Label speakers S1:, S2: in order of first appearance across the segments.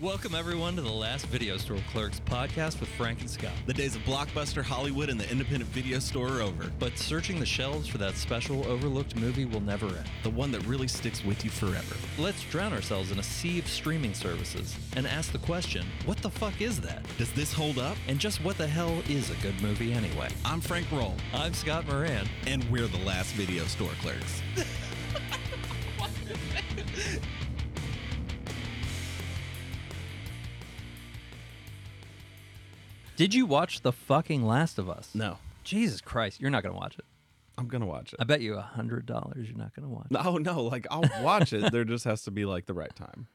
S1: Welcome, everyone, to the last Video Store Clerks podcast with Frank and Scott.
S2: The days of Blockbuster, Hollywood, and the independent video store are over.
S1: But searching the shelves for that special overlooked movie will never end.
S2: The one that really sticks with you forever.
S1: Let's drown ourselves in a sea of streaming services and ask the question what the fuck is that?
S2: Does this hold up?
S1: And just what the hell is a good movie anyway?
S2: I'm Frank Roll,
S1: I'm Scott Moran.
S2: and we're the last Video Store Clerks.
S1: Did you watch The fucking Last of Us?
S2: No,
S1: Jesus Christ, you're not going to watch it.
S2: I'm gonna watch it.
S1: I bet you a $100 you're not going to watch it.
S2: No, no, like I'll watch it. There just has to be like the right time.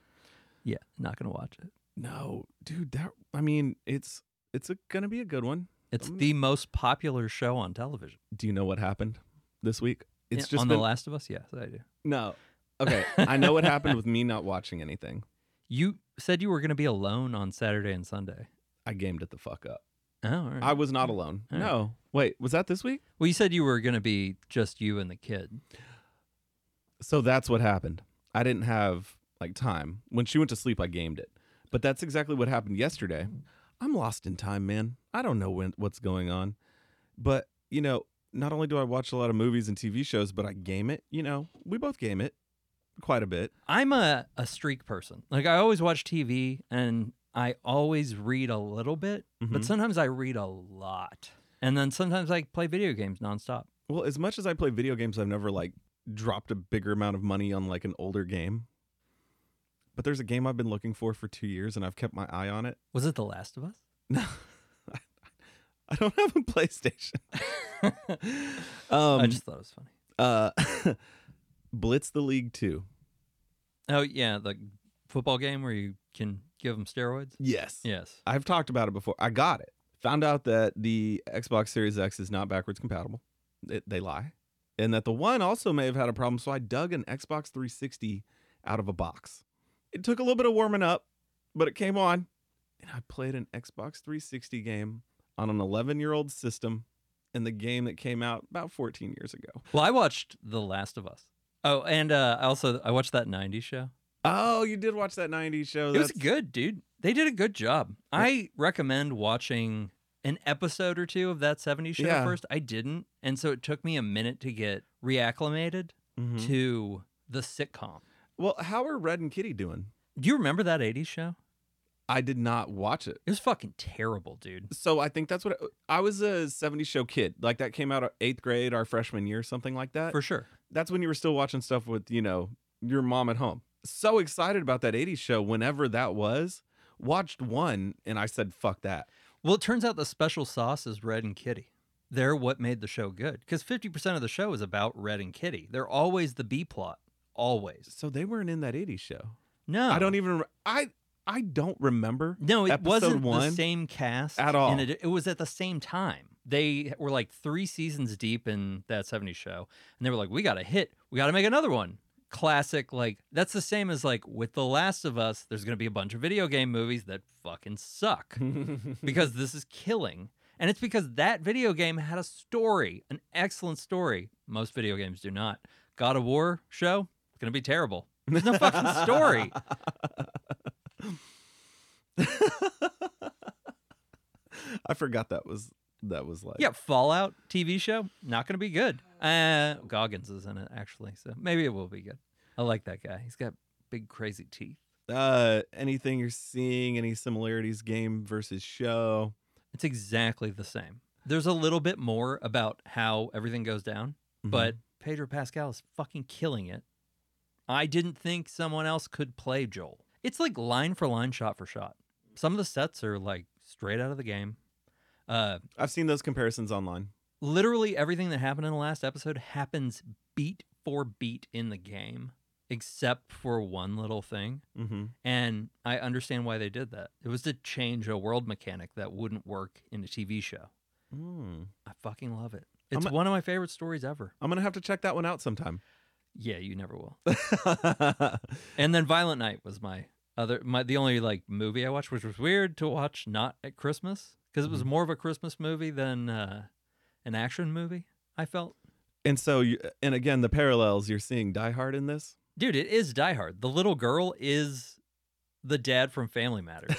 S1: Yeah, not going to watch it.
S2: No, dude, that I mean, it's it's a, gonna be a good one.
S1: It's the most popular show on television.
S2: Do you know what happened this week? It's
S1: Yeah,
S2: just
S1: on
S2: been,
S1: The Last of Us? Yes, I do.
S2: no. Okay, I know what happened with me not watching anything.
S1: You said you were going to be alone on Saturday and Sunday.
S2: I gamed it the fuck up.
S1: Oh, all right.
S2: I was not alone.
S1: All right.
S2: No, wait, was that this week?
S1: well, you said you were going to be just you and the kid.
S2: So that's what happened. I didn't have like time. When she went to sleep, I gamed it. But that's exactly what happened yesterday. I'm lost in time, man. I don't know when what's going on. But, you know, not only do I watch a lot of movies and TV shows, but I game it, you know. We both game it quite a bit.
S1: I'm a, a streak person. Like, I always watch TV and I always read a little bit, but
S2: Mhm.
S1: sometimes I read a lot. And then sometimes I play video games nonstop.
S2: Well, as much as I play video games, I've never like dropped a bigger amount of money on like an older game. But there's a game I've been looking for for 2 years and I've kept my eye on it.
S1: Was it The Last of Us?
S2: No. I don't have a PlayStation. Um,
S1: I just thought it was funny.
S2: uh, Blitz the League 2.
S1: Oh, yeah. The football game where you can give them steroids?
S2: Yes.
S1: Yes.
S2: I've talked about it before. I got it. Found out that the Xbox Series X is not backwards compatible. It, they lie. And that the one also may have had a problem. So I dug an Xbox 360 out of a box. It took a little bit of warming up, but it came on. And I played an Xbox 360 game on an 11 year old system in the game that came out about 14 years ago.
S1: Well, I watched The Last of Us. Oh, and uh, I also I watched that '90s show.
S2: Oh, you did watch that 90s show.
S1: It was
S2: That's-
S1: good, dude. They did a good job. I recommend watching an episode or two of that '70s show
S2: Yeah.
S1: first. I didn't, and so it took me a minute to get reacclimated
S2: Mhm.
S1: to the sitcom.
S2: Well, how are Red and Kitty doing?
S1: Do you remember that '80s show?
S2: I did not watch it.
S1: It was fucking terrible, dude.
S2: So I think that's what I was a 70s show kid. Like that came out eighth grade, our freshman year, something like that.
S1: For sure.
S2: that's when you were still watching stuff with, you know, your mom at home. So excited about that 80s show whenever that was. Watched one and I said, fuck that.
S1: Well, it turns out the special sauce is Red and Kitty. They're what made the show good because 50% of the show is about Red and Kitty. They're always the B plot, always.
S2: So they weren't in that 80s show.
S1: No,
S2: I don't even, I, I don't remember.
S1: No, it
S2: Episode
S1: wasn't the
S2: one?
S1: same cast
S2: At all.
S1: And it, it was at the same time. They were like three seasons deep in that 70s show. And they were like, we got to hit. We got to make another one. Classic. Like, that's the same as like with The Last of Us, there's going to be a bunch of video game movies that fucking suck because this is killing. And it's because that video game had a story, an excellent story. Most video games do not. God of War show, it's going to be terrible. There's no fucking story.
S2: I forgot that was, that was like,
S1: Yeah, Fallout TV show not going to be good. Uh, Goggins is in it actually, so maybe it will be good. I like that guy. He's got big crazy teeth.
S2: uh, anything you're seeing, any similarities game versus show.
S1: It's exactly the same. There's a little bit more about how everything goes down,
S2: Mm-hmm.
S1: but Pedro Pascal is fucking killing it. I didn't think someone else could play Joel. It's like line for line, shot for shot. Some of the sets are like straight out of the game. Uh,
S2: I've seen those comparisons online.
S1: literally everything that happened in the last episode happens beat for beat in the game except for one little thing
S2: Mm-hmm.
S1: and i understand why they did that it was to change a world mechanic that wouldn't work in a tv show
S2: Mm.
S1: i fucking love it
S2: I'm
S1: it's
S2: a-
S1: one of my favorite stories ever
S2: I'm gonna have to check that one out sometime.
S1: yeah you never will and then violent night was my other my the only like movie i watched which was weird to watch not at christmas because it was
S2: Mm-hmm.
S1: more of a christmas movie than uh, an action movie i felt
S2: and so, you, and again, the parallels you're seeing Die Hard in this.
S1: Dude, it is Die Hard. The little girl is the dad from Family Matters.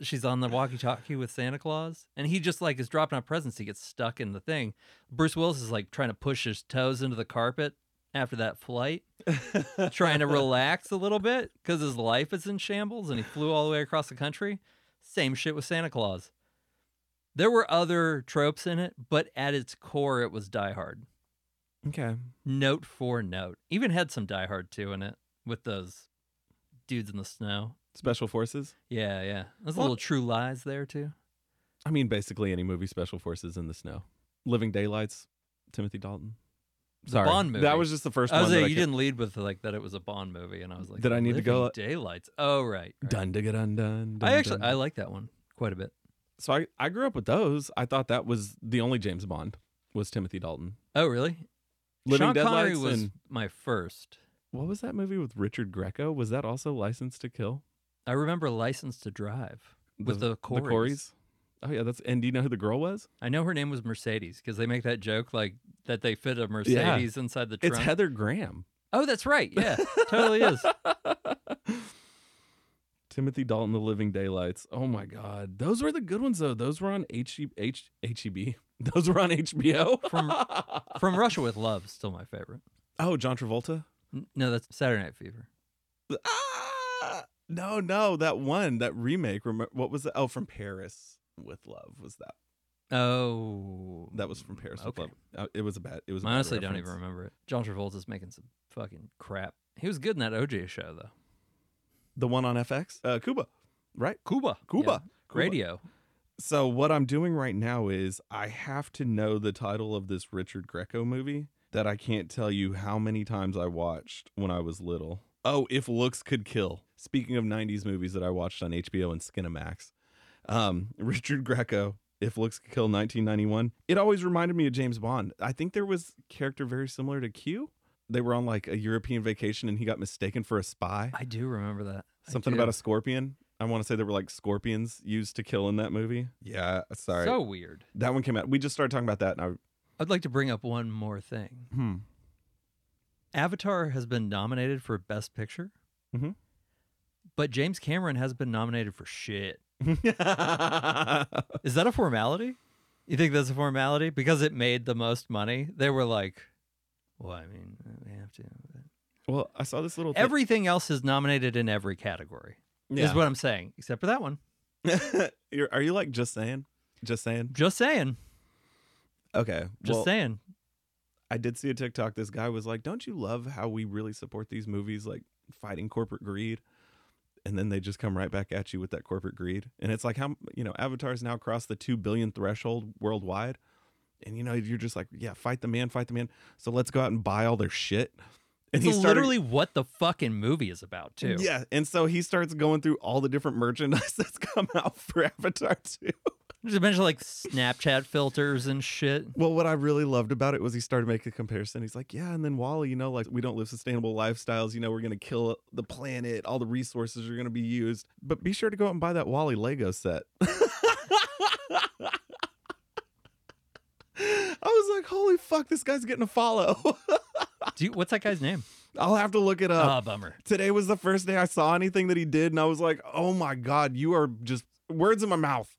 S1: She's on the walkie-talkie with Santa Claus, and he just like is dropping off presents. He gets stuck in the thing. Bruce Willis is like trying to push his toes into the carpet after that flight, trying to relax a little bit because his life is in shambles, and he flew all the way across the country. Same shit with Santa Claus. There were other tropes in it, but at its core, it was Die Hard
S2: okay.
S1: note for note. Even had some Die Hard 2 in it with those dudes in the snow.
S2: Special forces.
S1: Yeah, yeah. There's a
S2: Well-
S1: little true lies there too.
S2: I mean, basically any movie. Special forces in the snow. Living Daylights. Timothy Dalton.
S1: The
S2: Sorry,
S1: Bond movie.
S2: that was just the first
S1: I was
S2: one.
S1: like,
S2: that I
S1: you
S2: could-
S1: didn't lead with like that it was a Bond movie, and I was like,
S2: Did I need to go-
S1: "Living Daylights. Oh right. right.
S2: Dun digga dun dun.
S1: I
S2: dun,
S1: actually
S2: dun.
S1: I like that one quite a bit.
S2: so I, I grew up with those. I thought that was the only James Bond was Timothy Dalton.
S1: Oh really?
S2: Living
S1: Sean Connery
S2: Deadlights
S1: was
S2: and
S1: my first.
S2: what was that movie with Richard Greco? Was that also License to Kill?
S1: I remember License to Drive with the, Corys.
S2: The Corys. Oh yeah, that's and do you know who the girl was?
S1: I know her name was Mercedes because they make that joke like that they fit a Mercedes inside the trunk.
S2: It's Heather Graham.
S1: oh, that's right. Yeah, totally is.
S2: Timothy Dalton, The Living Daylights. Oh my God, those were the good ones though. Those were on H E H HEB. Those were on HBO.
S1: From- From Russia with Love, still my favorite.
S2: oh, John Travolta.
S1: N- No, that's Saturday Night Fever.
S2: Ah! No, no, that one, that remake. Remember, what was it? Oh, from Paris with Love was that?
S1: Oh,
S2: That was from Paris
S1: Okay.
S2: with Love. Uh, It was a bad. It was. a
S1: I
S2: bad
S1: honestly don't even
S2: reference.
S1: remember it. John Travolta's making some fucking crap. He was good in that OJ show though.
S2: The one on FX, uh, Cuba, right?
S1: Cuba,
S2: Cuba. Cuba.
S1: radio.
S2: So what I'm doing right now is I have to know the title of this Richard Greco movie that I can't tell you how many times I watched when I was little. Oh, if looks could kill. Speaking of 90s movies that I watched on HBO and Skinamax. Um, Richard Greco, If Looks Could Kill 1991. It always reminded me of James Bond. I think there was a character very similar to Q. They were on like a European vacation and he got mistaken for a spy.
S1: I do remember that. I
S2: Something
S1: do.
S2: about a scorpion. I want to say there were like scorpions used to kill in that movie. Yeah, sorry.
S1: So weird.
S2: that one came out. We just started talking about that, and
S1: I'd like to bring up one more thing.
S2: I. Hmm.
S1: Avatar has been nominated for Best Picture,
S2: Mhm.
S1: but James Cameron has been nominated for shit. Is that a formality? You think that's a formality because it made the most money? They were like, well, I mean, we have to. uh,
S2: well, I saw this little thing-
S1: Everything else is nominated in every category, is what I'm saying, except for that one.
S2: Yeah. You're- Are you like just saying? Just saying.
S1: Just saying.
S2: Okay.
S1: Just
S2: well,
S1: saying.
S2: I did see a TikTok. This guy was like, "Don't you love how we really support these movies, like fighting corporate greed?" And then they just come right back at you with that corporate greed. And it's like how you know Avatar's now crossed the two billion threshold worldwide, and you know you're just like, "Yeah, fight the man, fight the man." So let's go out and buy all their shit. And
S1: It's
S2: he started-
S1: literally what the fucking movie is about, too.
S2: Yeah, and so he starts going through all the different merchandise that's come out for Avatar 2.
S1: There's a bunch of like Snapchat filters and shit.
S2: Well, what I really loved about it was he started making a comparison. He's like, "Yeah, and then Wally, you know, like we don't live sustainable lifestyles. You know, we're gonna kill the planet. All the resources are gonna be used. But be sure to go out and buy that Wally Lego set." I was like, "Holy fuck, this guy's getting a follow."
S1: Do you, what's that guy's name?
S2: I'll have to look it up.
S1: Ah, bummer.
S2: Today was the first day I saw anything that he did, and I was like, "Oh my god, you are just words in my mouth."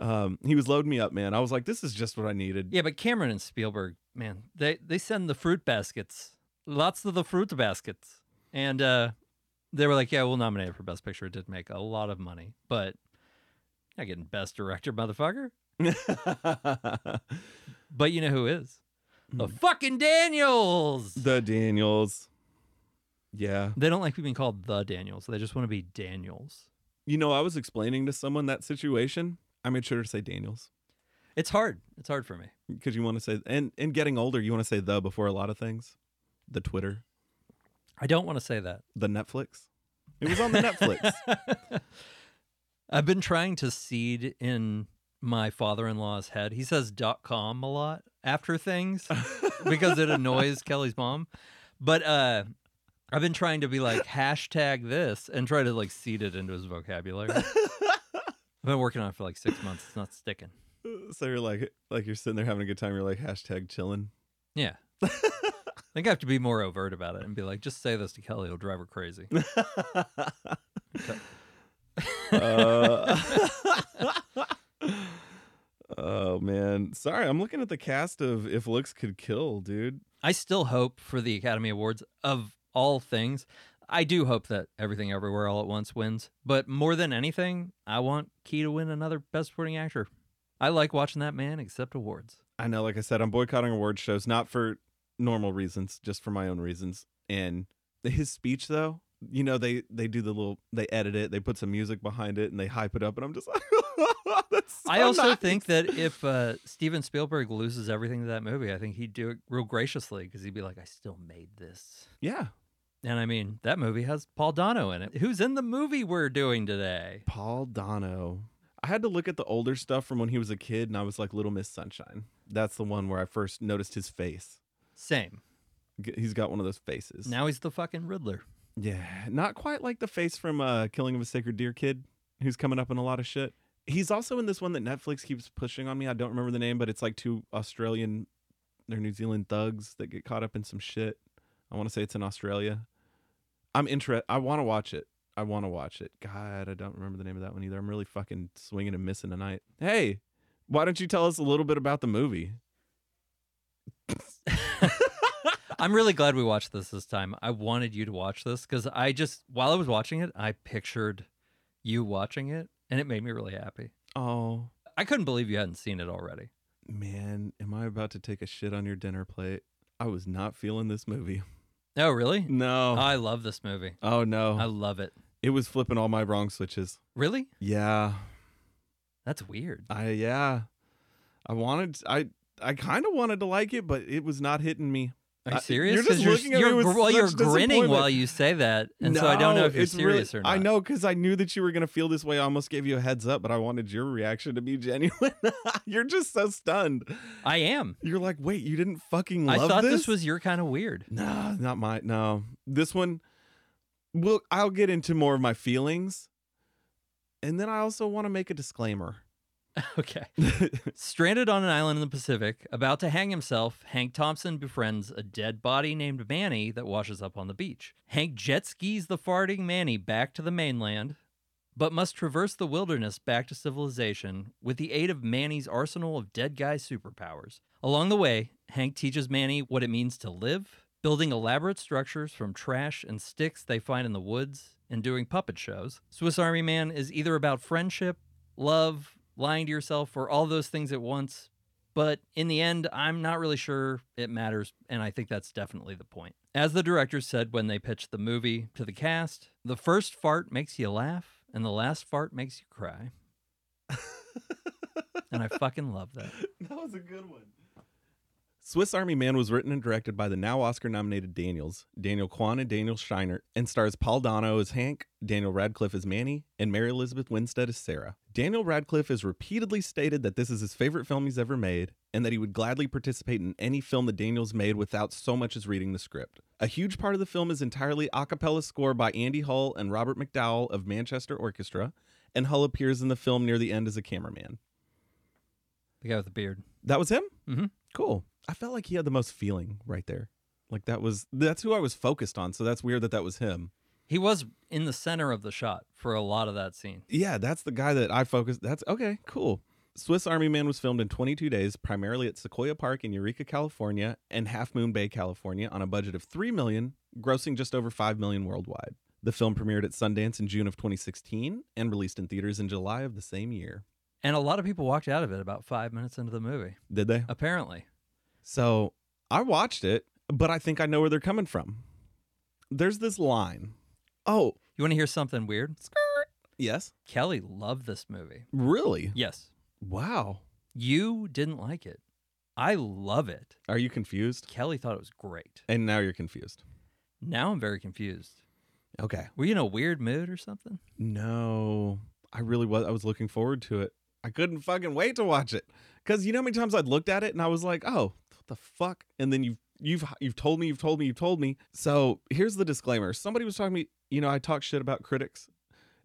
S2: Um, he was loading me up, man. I was like, "This is just what I needed."
S1: Yeah, but Cameron and Spielberg, man, they they send the fruit baskets, lots of the fruit baskets, and uh, they were like, "Yeah, we'll nominate it for Best Picture." It did make a lot of money, but not getting Best Director, motherfucker. But you know who is the fucking Daniels.
S2: the Daniels. Yeah.
S1: they don't like being called the Daniels. They just want to be Daniels.
S2: You know, I was explaining to someone that situation. I made sure to say Daniels
S1: It's hard. It's hard for me.
S2: because you want to say, and, and getting older, you want to say the before a lot of things. The Twitter,
S1: I don't want to say that.
S2: the Netflix. It was on the Netflix.
S1: I've been trying to seed in my father-in-law's head. He says dot .com a lot after things because it annoys Kelly's mom. But uh I've been trying to be like hashtag this and try to like seed it into his vocabulary. I've been working on it for like six months. It's not sticking.
S2: so you're like, like you're sitting there having a good time. You're like, hashtag chilling.
S1: Yeah. think I have to be more overt about it and be like, just say this to Kelly, he'll drive her crazy.
S2: Uh, oh man, sorry. I'm looking at the cast of If Looks Could Kill, dude.
S1: I still hope for the Academy Awards of all things. I do hope that Everything Everywhere All at Once wins, but more than anything, I want Key to win another Best Supporting Actor. I like watching that man accept awards.
S2: I know, like I said, I'm boycotting award shows, not for normal reasons, just for my own reasons. And his speech, though, you know, they they do the little, they edit it, they put some music behind it, and they hype it up, and I'm just like, that's. so
S1: I also
S2: nice.
S1: think that if uh, Steven Spielberg loses everything to that movie, I think he'd do it real graciously because he'd be like, I still made this.
S2: yeah,
S1: And I mean, that movie has Paul Dano in it. Who's in the movie we're doing today?
S2: Paul Dano. I had to look at the older stuff from when he was a kid, and I was like Little Miss Sunshine. That's the one where I first noticed his face.
S1: Same.
S2: G- He's got one of those faces.
S1: Now he's the fucking Riddler.
S2: Yeah, not quite like the face from uh, Killing of a Sacred Deer Kid, who's coming up in a lot of shit. He's also in this one that Netflix keeps pushing on me. I don't remember the name, but it's like two Australian, they're New Zealand thugs that get caught up in some shit. I want to say it's in Australia. I'm interested. I want to watch it. I want to watch it. God, I don't remember the name of that one either. I'm really fucking swinging and missing tonight. Hey, why don't you tell us a little bit about the movie?
S1: I'm really glad we watched this this time. I wanted you to watch this because I just, while I was watching it, I pictured you watching it and it made me really happy.
S2: Oh,
S1: I couldn't believe you hadn't seen it already.
S2: man, am I about to take a shit on your dinner plate? I was not feeling this movie.
S1: Oh, really?
S2: No.
S1: I love this movie.
S2: Oh
S1: I
S2: no.
S1: love it.
S2: It was flipping all my wrong switches.
S1: Really?
S2: Yeah.
S1: That's weird.
S2: I yeah. I wanted I I kind of wanted to like it, but it was not hitting me.
S1: Are you
S2: I-
S1: serious?
S2: you're just
S1: 'Cause
S2: looking at me with
S1: well, you're
S2: such
S1: grinning
S2: disappointment.
S1: while you say that, and so I don't know
S2: No,
S1: if you're
S2: it's really-
S1: serious or not.
S2: I know because I knew that you were gonna feel this way. I almost gave you a heads up, but I wanted your reaction to be genuine. you're just so stunned.
S1: I am.
S2: You're like, wait, you didn't fucking
S1: I
S2: love
S1: thought this?
S2: this
S1: was your kind of weird.
S2: No, not my no. This one well, I'll get into more of my feelings. And then I also want to make a disclaimer.
S1: Okay. Stranded on an island in the Pacific, about to hang himself, Hank Thompson befriends a dead body named Manny that washes up on the beach. Hank jet skis the farting Manny back to the mainland, but must traverse the wilderness back to civilization with the aid of Manny's arsenal of dead guy superpowers. Along the way, Hank teaches Manny what it means to live, building elaborate structures from trash and sticks they find in the woods, and doing puppet shows. Swiss Army Man is either about friendship, love, lying to yourself, or all those things at once. But in the end, I'm not really sure it matters, and I think that's definitely the point. As the director said when they pitched the movie to the cast, the first fart makes you laugh, and the last fart makes you cry. and I fucking love that.
S2: That was a good one. Swiss Army Man was written and directed by the now Oscar nominated Daniels, Daniel Kwan and Daniel Schreiner, and stars Paul Dano as Hank, Daniel Radcliffe as Manny, and Mary Elizabeth Winstead as Sarah. Daniel Radcliffe has repeatedly stated that this is his favorite film he's ever made, and that he would gladly participate in any film that Daniels made without so much as reading the script. A huge part of the film is entirely a cappella score by Andy Hull and Robert McDowell of Manchester Orchestra, and Hull appears in the film near the end as a cameraman.
S1: The guy with the beard.
S2: That was him?
S1: Mhm.
S2: Cool. I felt like he had the most feeling right there. Like that was that's who I was focused on. So that's weird that that was him.
S1: He was in the center of the shot for a lot of that scene.
S2: Yeah, that's the guy that I focused. That's okay, cool. Swiss Army Man was filmed in 22 days, primarily at Sequoia Park in Eureka, California, and Half Moon Bay, California, on a budget of 3 million, grossing just over 5 million worldwide. The film premiered at Sundance in June of 2016 and released in theaters in July of the same year.
S1: And a lot of people walked out of it about five minutes into the movie,
S2: Did they?
S1: apparently.
S2: So I watched it, but I think I know where they're coming from. There's this line. Oh,
S1: You want to hear something weird?
S2: yes.
S1: Kelly loved this movie.
S2: Really?
S1: Yes.
S2: Wow.
S1: You didn't like it. I love it.
S2: Are you confused?
S1: Kelly thought it was great.
S2: And now you're confused.
S1: Now I'm very confused.
S2: Okay.
S1: Were you in a weird mood or something?
S2: No, I really was. I was looking forward to it. I couldn't fucking wait to watch it because you know how many times I'd looked at it and I was like, "Oh, what the fuck!" And then you've you've you've told me, you've told me, you've told me. So here's the disclaimer: somebody was talking to me. You know, I talk shit about critics,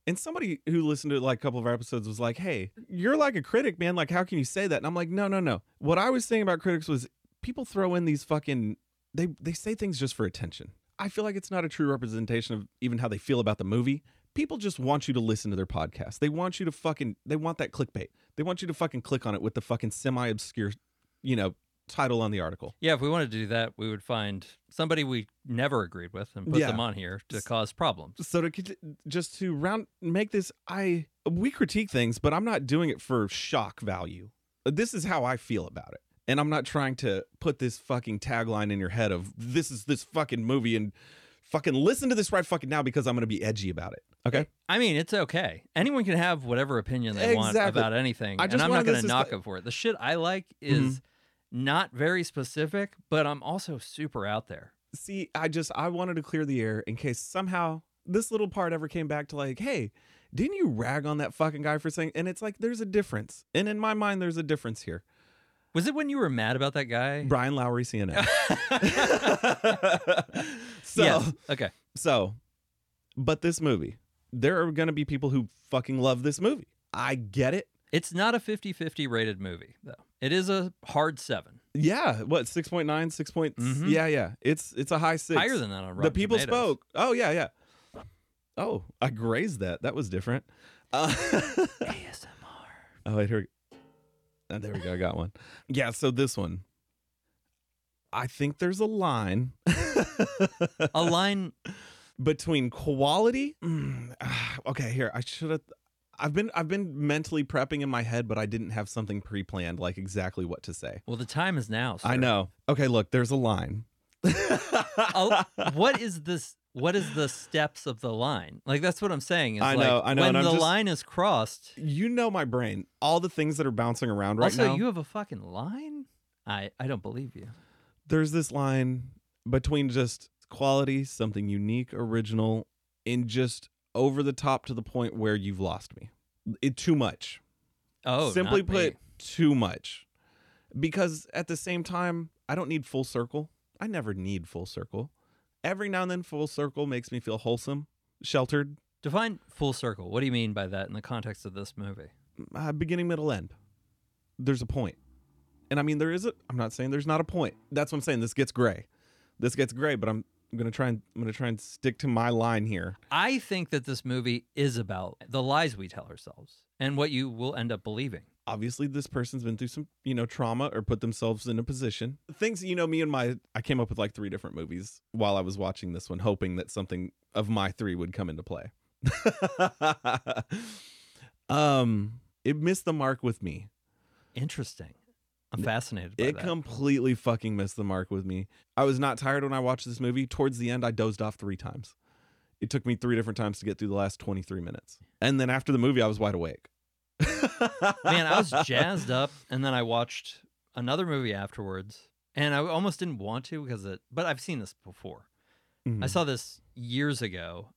S2: and somebody who listened to like a couple of our episodes was like, "Hey, you're like a critic, man. Like, how can you say that?" And I'm like, "No, no, no. What I was saying about critics was people throw in these fucking." they they say things just for attention. I feel like it's not a true representation of even how they feel about the movie. People just want you to listen to their podcast. They want you to fucking they want that clickbait. They want you to fucking click on it with the fucking semi obscure, you know, title on the article.
S1: Yeah, if we wanted to do that, we would find somebody we never agreed with and put
S2: Yeah.
S1: them on here to cause problems.
S2: So to cont- just to round make this I we critique things, but I'm not doing it for shock value. This is how I feel about it. And I'm not trying to put this fucking tagline in your head of this is this fucking movie and fucking listen to this right fucking now because I'm going to be edgy about it. Okay?
S1: I mean, it's okay. Anyone can have whatever opinion they want
S2: Exactly.
S1: about anything,
S2: I
S1: and
S2: just
S1: I'm not
S2: wanted
S1: going
S2: this Mm-hmm.
S1: to
S2: as
S1: knock
S2: the-
S1: them for it. The shit I like is not very specific, but I'm also super out there.
S2: see i just i wanted to clear the air in case somehow this little part ever came back to like hey didn't you rag on that fucking guy for saying and it's like there's a difference and in my mind there's a difference here
S1: Was it when you were mad about that guy?
S2: brian lowry cnn so
S1: Yes. Okay.
S2: so but this movie there are gonna be people who fucking love this movie i get it
S1: It's not a 50 50 rated movie, though. It is a hard seven.
S2: yeah what 6.9 6. point
S1: Mhm.
S2: yeah yeah it's it's a high six
S1: Higher than that on
S2: the
S1: Rotten
S2: people
S1: Tomatoes.
S2: spoke. Oh yeah, yeah. Oh, I grazed that. That was different. Uh,
S1: ASMR.
S2: oh wait, here. We, oh, there we go. I got one. Yeah. So this one, I think there's a line
S1: A line.
S2: between quality. Mm, ah, okay, here I should have. I've been I've been mentally prepping in my head, but I didn't have something pre-planned like exactly what to say.
S1: Well, the time is now.
S2: I
S1: sir.
S2: know. Okay, look, there's a line.
S1: a- what is this? What is the steps of the line? Like that's what I'm saying. is
S2: I
S1: like,
S2: know, I know,
S1: When
S2: and
S1: the
S2: I'm just-
S1: line is crossed,
S2: you know my brain. All the things that are bouncing around right
S1: also
S2: now.
S1: you have a fucking line. I I don't believe you.
S2: there's this line between just quality, something unique, original, and just over the top to the point where you've lost me. It too much.
S1: Oh,
S2: Simply
S1: not
S2: put,
S1: me.
S2: too much. Because at the same time, I don't need full circle. I never need full circle. Every now and then full circle makes me feel wholesome, sheltered,
S1: define full circle. What do you mean by that in the context of this movie?
S2: uh, beginning, middle, end. There's a point. And I mean, there is a, I'm not saying there's not a point. That's what I'm saying. This gets gray. This gets gray, but I'm, I'm going to try and, I'm going to try and stick to my line here.
S1: I think that this movie is about the lies we tell ourselves and what you will end up believing.
S2: Obviously, this person's been through some, you know, trauma or put themselves in a position. Things, you know, me and my, I came up with like three different movies while I was watching this one, hoping that something of my three would come into play. um, it missed the mark with me.
S1: Interesting. I'm fascinated by
S2: It
S1: that.
S2: completely fucking missed the mark with me. I was not tired when I watched this movie. Towards the end, I dozed off three times. It took me three different times to get through the last 23 minutes. And then after the movie, I was wide awake.
S1: Man, I was jazzed up, and then I watched another movie afterwards, and I almost didn't want to because it. But I've seen this before. I
S2: Mhm.
S1: saw this years ago.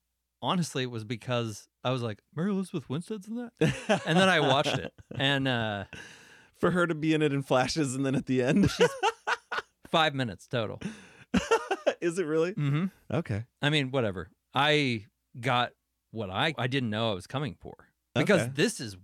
S1: Honestly, it was because I was like, Mary Elizabeth Winstead's in that, and then I watched it, and uh,
S2: For her to be in it in flashes and then at the end.
S1: five minutes total.
S2: Is it really?
S1: hmm
S2: Okay.
S1: I mean, whatever. I got what I I didn't know I was coming for because
S2: Okay.
S1: this is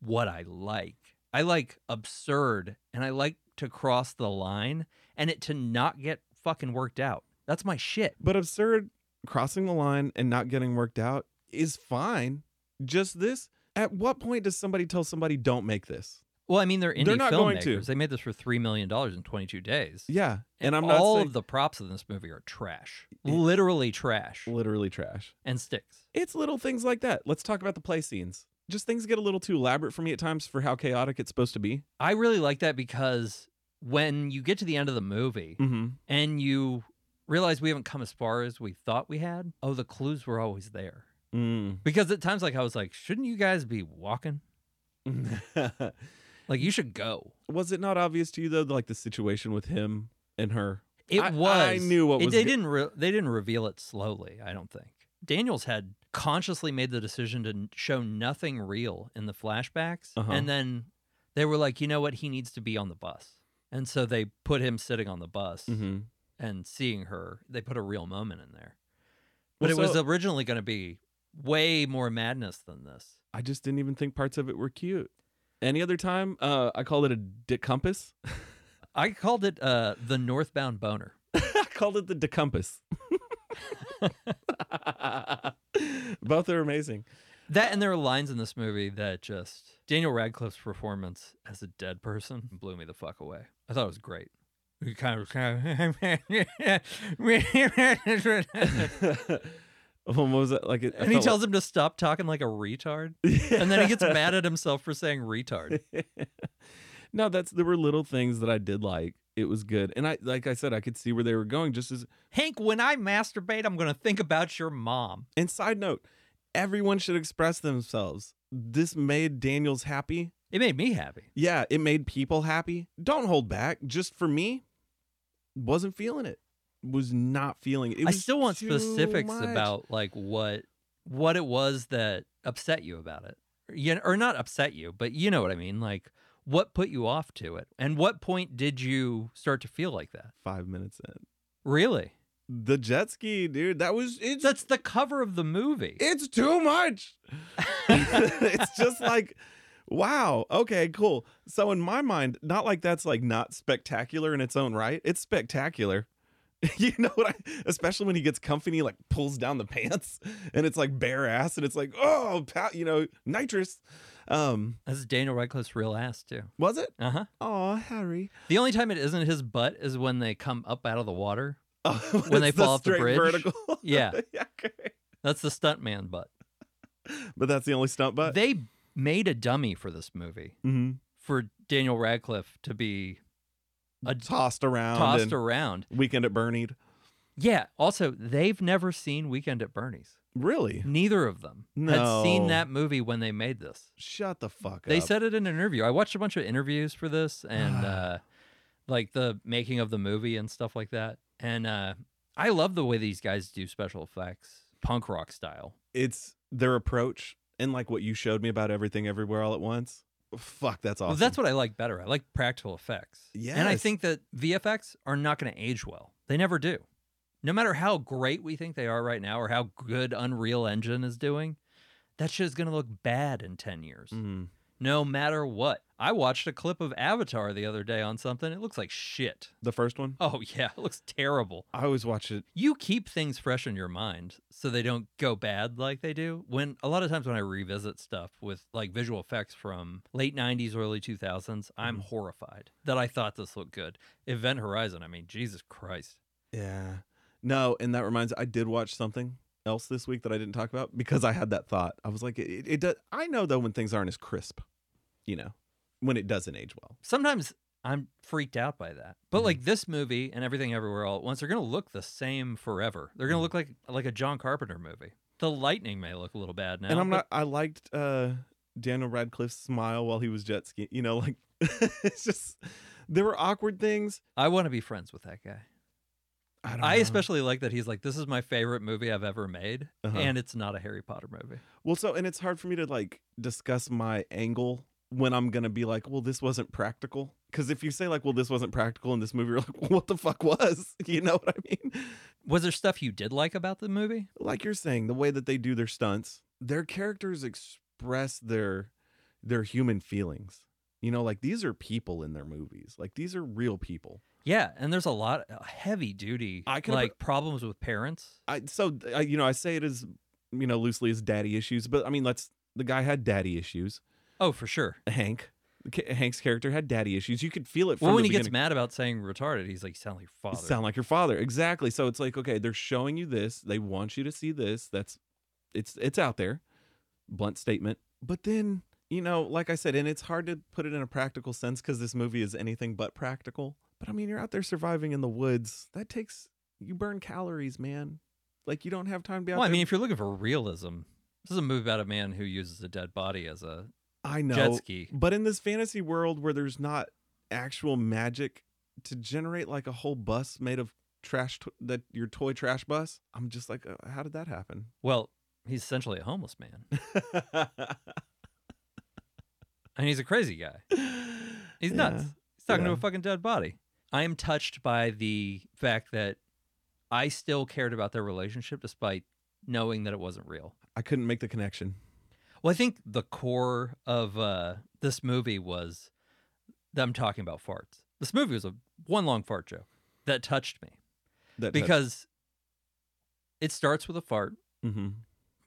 S1: what I like. I like absurd, and I like to cross the line, and it to not get fucking worked out. That's my shit.
S2: But absurd crossing the line and not getting worked out is fine. Just this. At what point does somebody tell somebody, don't make this?
S1: Well, I mean, they're indie
S2: They're not
S1: filmmakers.
S2: going to.
S1: They made this for three million dollars in twenty two days.
S2: Yeah. And, I'm not
S1: all
S2: saying
S1: of the props in this movie are trash,
S2: Yeah.
S1: literally trash,
S2: literally trash.
S1: and sticks.
S2: It's little things like that. Let's talk about the play scenes. Just things get a little too elaborate for me at times for how chaotic it's supposed to be.
S1: I really like that because when you get to the end of the movie
S2: Mm-hmm.
S1: and you realize we haven't come as far as we thought we had, oh, the clues were always there.
S2: Mm.
S1: Because at times, like I was like, shouldn't you guys be walking? Like you should go.
S2: Mm. was it not obvious to you though, like the situation with him and her?
S1: It
S2: I-
S1: was.
S2: I knew what
S1: it,
S2: was
S1: They
S2: go-
S1: didn't. Re- they didn't reveal it slowly. I don't think Daniels had consciously made the decision to n- show nothing real in the flashbacks,
S2: Uh-huh.
S1: and then they were like, you know what, he needs to be on the bus, and so they put him sitting on the bus
S2: Mm-hmm.
S1: and seeing her. They put a real moment in there, but
S2: Well,
S1: it was
S2: so-
S1: originally going to be way more madness than this.
S2: I just didn't even think parts of it were cute. Any other time, uh, I called it a dick compass.
S1: I called it uh, the northbound boner.
S2: I called it the Decompass. Both are amazing.
S1: That and there are lines in this movie that just Daniel Radcliffe's performance as a dead person blew me the fuck away. I thought it was great. He kind of and
S2: what was that like? It, I
S1: he
S2: felt
S1: tells him to stop talking like a retard,
S2: like-
S1: and then he gets mad at himself for saying retard.
S2: no, that's there were little things that I did like. It was good, and I like I said, I could see where they were going. Just as
S1: Hank, when I masturbate, I'm gonna think about your mom.
S2: and side note, everyone should express themselves. This made Daniels happy.
S1: It made me happy.
S2: Yeah, it made people happy. Don't hold back. Just for me, wasn't feeling it. Was not feeling it. it
S1: I
S2: was
S1: still want
S2: too
S1: specifics
S2: much.
S1: about like what what it was that upset you about it. You, or not upset you, but you know what I mean. Like what put you off to it? And what point did you start to feel like that?
S2: five minutes in.
S1: Really?
S2: The jet ski, dude. That was it's
S1: That's the cover of the movie.
S2: it's too much. it's just like, wow, okay, cool. So in my mind, not like that's like not spectacular in its own right. It's spectacular. You know what I especially when he gets comfy, he like pulls down the pants and it's like bare ass and it's like, oh pa- you know, nitrous. Um,
S1: That's Daniel Radcliffe's real ass too.
S2: was it?
S1: Uh huh.
S2: Oh, Harry.
S1: The only time it isn't his butt is when they come up out of the water.
S2: Oh,
S1: When they
S2: it's
S1: fall off the
S2: straight
S1: bridge?
S2: Vertical.
S1: Yeah.
S2: yeah okay.
S1: That's the stuntman butt.
S2: But that's the only stunt butt.
S1: they made a dummy for this movie
S2: Mhm.
S1: for Daniel Radcliffe to be a
S2: tossed around
S1: tossed
S2: and
S1: around.
S2: weekend at Bernie'd.
S1: Yeah. Also, they've never seen Weekend at Bernie's.
S2: Really?
S1: Neither of them had seen
S2: No.
S1: that movie when they made this.
S2: Shut the fuck
S1: They
S2: up.
S1: said it in an interview. I watched a bunch of interviews for this and uh, like the making of the movie and stuff like that. And uh, I love the way these guys do special effects, punk rock style.
S2: it's their approach and like what you showed me about everything everywhere all at once. Fuck, that's awesome.
S1: Well, that's what I like better. I like practical effects. And I
S2: Yes.
S1: think that VFX are not going to age well. They never do. No matter how great we think they are right now or how good Unreal Engine is doing, that shit is going to look bad in 10 years,
S2: Mm.
S1: no matter what. I watched a clip of Avatar the other day on something. It looks like shit.
S2: the first one.
S1: Oh, yeah. It looks terrible.
S2: I always watch it.
S1: You keep things fresh in your mind so they don't go bad like they do. When a lot of times when I revisit stuff with like visual effects from late 90s, early 2000s, I'm
S2: Mhm.
S1: horrified that I thought this looked good. Event Horizon, I mean, Jesus Christ.
S2: Yeah. No, and that reminds. I did watch something else this week that I didn't talk about because I had that thought. I was like, it, it, does. I know though when things aren't as crisp, you know, when it doesn't age well.
S1: Sometimes I'm freaked out by that. But
S2: Mhm.
S1: like this movie and everything everywhere all at once, they're going to look the same forever. They're going to
S2: Mhm.
S1: look like like a John Carpenter movie. The lightning may look a little bad now.
S2: and I'm
S1: but
S2: not. I liked uh, Daniel Radcliffe's smile while he was jet skiing. You know, like it's just there were awkward things.
S1: I want to be friends with that guy.
S2: I, don't
S1: I
S2: know.
S1: especially like that he's like, this is my favorite movie I've ever made,
S2: Uh-huh.
S1: and it's not a Harry Potter movie.
S2: Well, so and it's hard for me to like discuss my angle when I'm gonna be like, well, this wasn't practical. Because if you say like, well, this wasn't practical in this movie, you're like, what the fuck was? You know what I mean?
S1: Was there stuff you did like about the movie?
S2: Like you're saying, the way that they do their stunts, their characters express their their human feelings. You know, like these are people in their movies. Like these are real people.
S1: Yeah, and there's a lot a heavy duty
S2: I can appre-
S1: like problems with parents.
S2: I so I, you know I say it as you know loosely as daddy issues, but I mean let's the guy had daddy issues.
S1: Oh, for sure.
S2: Hank, K- Hank's character had daddy issues. You could feel it. From
S1: Well, when
S2: the
S1: he
S2: beginning.
S1: gets mad about saying retarded, he's like, "You sound like your
S2: You
S1: father."
S2: sound like your father exactly so it's like okay they're showing you this they want you to see this that's it's it's out there blunt statement but then you know like i said and it's hard to put it in a practical sense because this movie is anything but practical but i mean you're out there surviving in the woods that takes you burn calories man like you don't have time to be out
S1: well, I
S2: there
S1: mean, if you're looking for realism, this is a movie about a man who uses a dead body as a
S2: i know
S1: jet ski.
S2: But in this fantasy world where there's not actual magic to generate like a whole bus made of trash to- that your toy trash bus, I'm just like, uh, how did that happen?
S1: Well, he's essentially a homeless man, and he's a crazy guy. He's
S2: Yeah.
S1: nuts. He's talking to a
S2: Yeah.
S1: fucking dead body. I am touched by the fact that I still cared about their relationship despite knowing that it wasn't real.
S2: I couldn't make the connection.
S1: Well, I think the core of uh, this movie was them talking about farts. This movie was a one long fart joke that touched me.
S2: That
S1: because it starts with a fart.
S2: hmm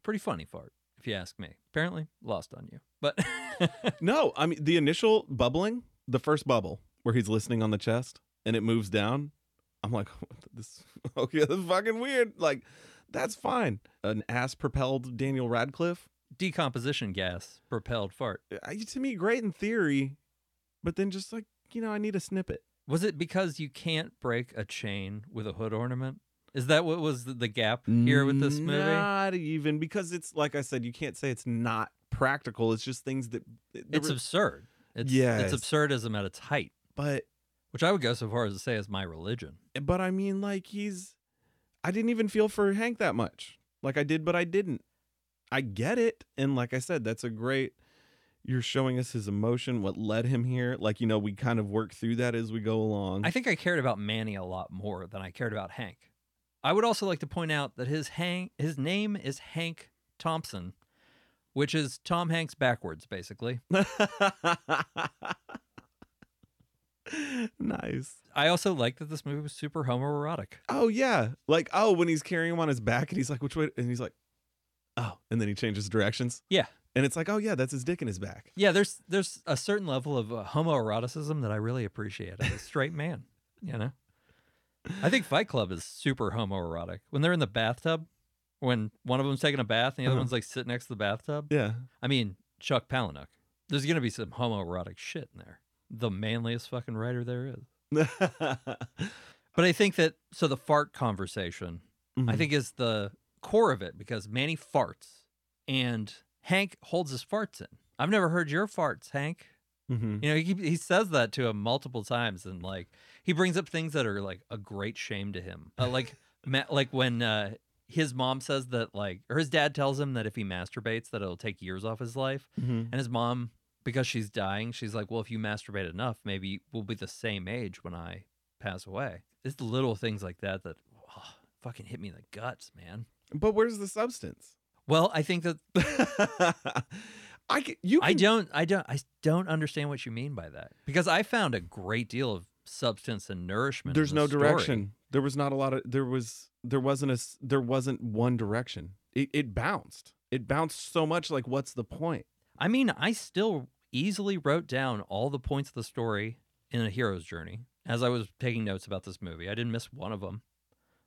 S1: Pretty funny fart, if you ask me. Apparently, lost on you. But
S2: no, I mean the initial bubbling, the first bubble where he's listening on the chest and it moves down. I'm like, what the- this okay, this is fucking weird. Like, that's fine. An ass propelled Daniel Radcliffe.
S1: decomposition gas propelled fart.
S2: I, to me, great in theory, but then just like you know, I need a snippet.
S1: Was it because you can't break a chain with a hood ornament? Is that what was the- the gap here with this movie?
S2: Not even because it's like I said, you can't say it's not practical. It's just things that
S1: It's absurd. It's,
S2: Yes.
S1: it's absurdism at its height,
S2: but
S1: which I would go so far as to say is my religion.
S2: but I mean, like he's, I didn't even feel for Hank that much. Like I did, but I didn't. I get it, and like I said, that's a great. You're showing us his emotion, what led him here. Like you know, we kind of work through that as we go along.
S1: I think I cared about Manny a lot more than I cared about Hank. I would also like to point out that his Hank, his name is Hank Thompson, which is Tom Hanks backwards, basically.
S2: nice.
S1: I also like that this movie was super homoerotic.
S2: Oh yeah. Like oh, when he's carrying him on his back and he's like, which way? And he's like, oh, and then he changes directions.
S1: Yeah.
S2: And it's like, oh yeah, that's his dick in his back.
S1: Yeah, there's there's a certain level of uh, homoeroticism that I really appreciate as a straight man. You know, I think Fight Club is super homoerotic. When they're in the bathtub, when one of them's taking a bath and the other
S2: Uh-huh.
S1: one's like sitting next to the bathtub.
S2: Yeah.
S1: I mean, Chuck Palahniuk. There's gonna be some homoerotic shit in there. The manliest fucking writer there is. But I think that so the fart conversation I
S2: Mhm.
S1: think is the core of it because Manny farts and Hank holds his farts in. I've never heard your farts, Hank.
S2: Mhm.
S1: You know, he keep- he says that to him multiple times, and like he brings up things that are like a great shame to him. Uh, like, ma- like when uh, his mom says that, like, or his dad tells him that if he masturbates, that it'll take years off his life.
S2: Mhm.
S1: And his mom, because she's dying, she's like, "Well, if you masturbate enough, maybe we'll be the same age when I pass away." It's the little things like that that oh, fucking hit me in the guts, man.
S2: But where's the substance?
S1: Well, I think that
S2: I can, you can,
S1: I don't I don't I don't understand what you mean by that because I found a great deal of substance and nourishment. in
S2: There's
S1: this
S2: no
S1: story.
S2: direction. There was not a lot of there was there wasn't a s- there wasn't one direction. It it bounced. It bounced so much like what's the point?
S1: I mean, I still easily wrote down all the points of the story in a hero's journey as I was taking notes about this movie. I didn't miss one of them.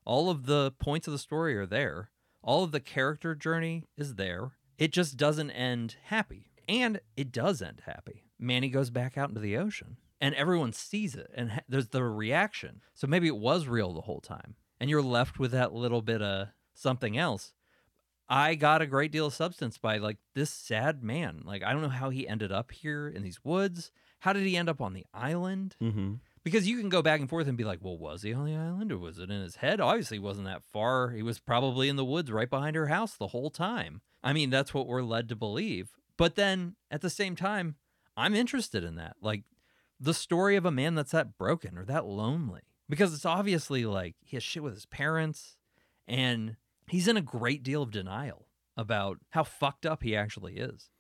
S1: All of the points of the story are there. All of the character journey is there. It just doesn't end happy. And it does end happy. Manny goes back out into the ocean and everyone sees it and ha- there's the reaction. So maybe it was real the whole time. And you're left with that little bit of something else. I got a great deal of substance by like this sad man. Like I don't know how he ended up here in these woods. How did he end up on the island?
S2: Mm-hmm.
S1: Because you can go back and forth and be like, well, was he on the island or was it in his head? Obviously, he wasn't that far. He was probably in the woods right behind her house the whole time. I mean, that's what we're led to believe. But then at the same time, I'm interested in that. Like the story of a man that's that broken or that lonely. Because it's obviously like he has shit with his parents and he's in a great deal of denial about how fucked up he actually is.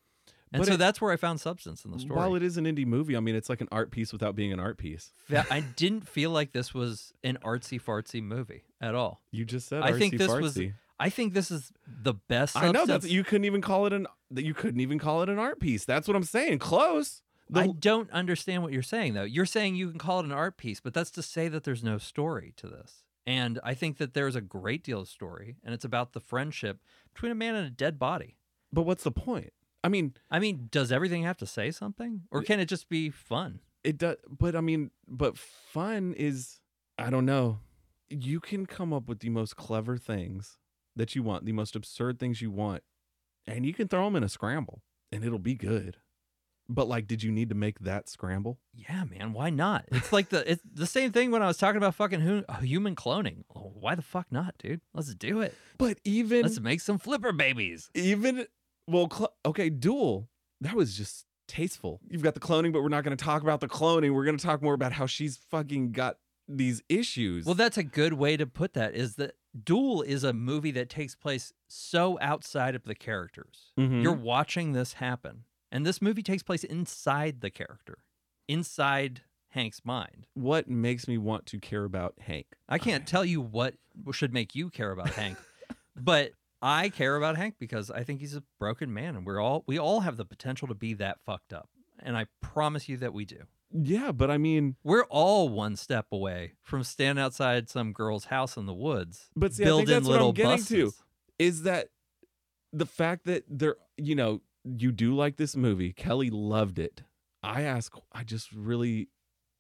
S1: And
S2: But
S1: so
S2: it-
S1: that's where I found substance in the story.
S2: While it is an indie movie, I mean it's like an art piece without being an art piece.
S1: Fe- I didn't feel like this was an artsy fartsy movie at all.
S2: You just said
S1: I think
S2: artsy
S1: this was
S2: fartsy.
S1: I think this is the best.
S2: I know that's
S1: substance-
S2: you couldn't even call it an that you couldn't even call it an art piece. That's what I'm saying. Close. The-
S1: I don't understand what you're saying though. You're saying you can call it an art piece, but that's to say that there's no story to this. And I think that there's a great deal of story, and it's about the friendship between a man and a dead body.
S2: but what's the point? I mean,
S1: I mean, does everything have to say something, or can it just be fun?
S2: it does but i mean but fun is i don't know you can come up with the most clever things that you want the most absurd things you want and you can throw them in a scramble and it'll be good but like did you need to make that scramble
S1: Yeah, man, why not? It's like the it's the same thing when I was talking about fucking hu- human cloning. Oh, why the fuck not, dude? Let's do it.
S2: but even
S1: Let's make some flipper babies.
S2: even well cl- okay duel that was just tasteful you've got the cloning but we're not going to talk about the cloning we're going to talk more about how she's fucking got these issues
S1: Well, that's a good way to put that is that Duel is a movie that takes place so outside of the characters.
S2: Mhm.
S1: You're watching this happen. And this movie takes place inside the character, inside Hank's mind.
S2: What makes me want to care about Hank?
S1: I can't tell you what should make you care about Hank, but I care about Hank because I think he's a broken man, and we're all we all have the potential to be that fucked up. And I promise you that we do.
S2: Yeah, but I mean,
S1: We're all one step away from standing outside some girl's house in the woods,
S2: but see, I think
S1: building
S2: that's what
S1: little
S2: I'm getting to.
S1: buses.
S2: is that the fact that there you know you do like this movie kelly loved it i ask i just really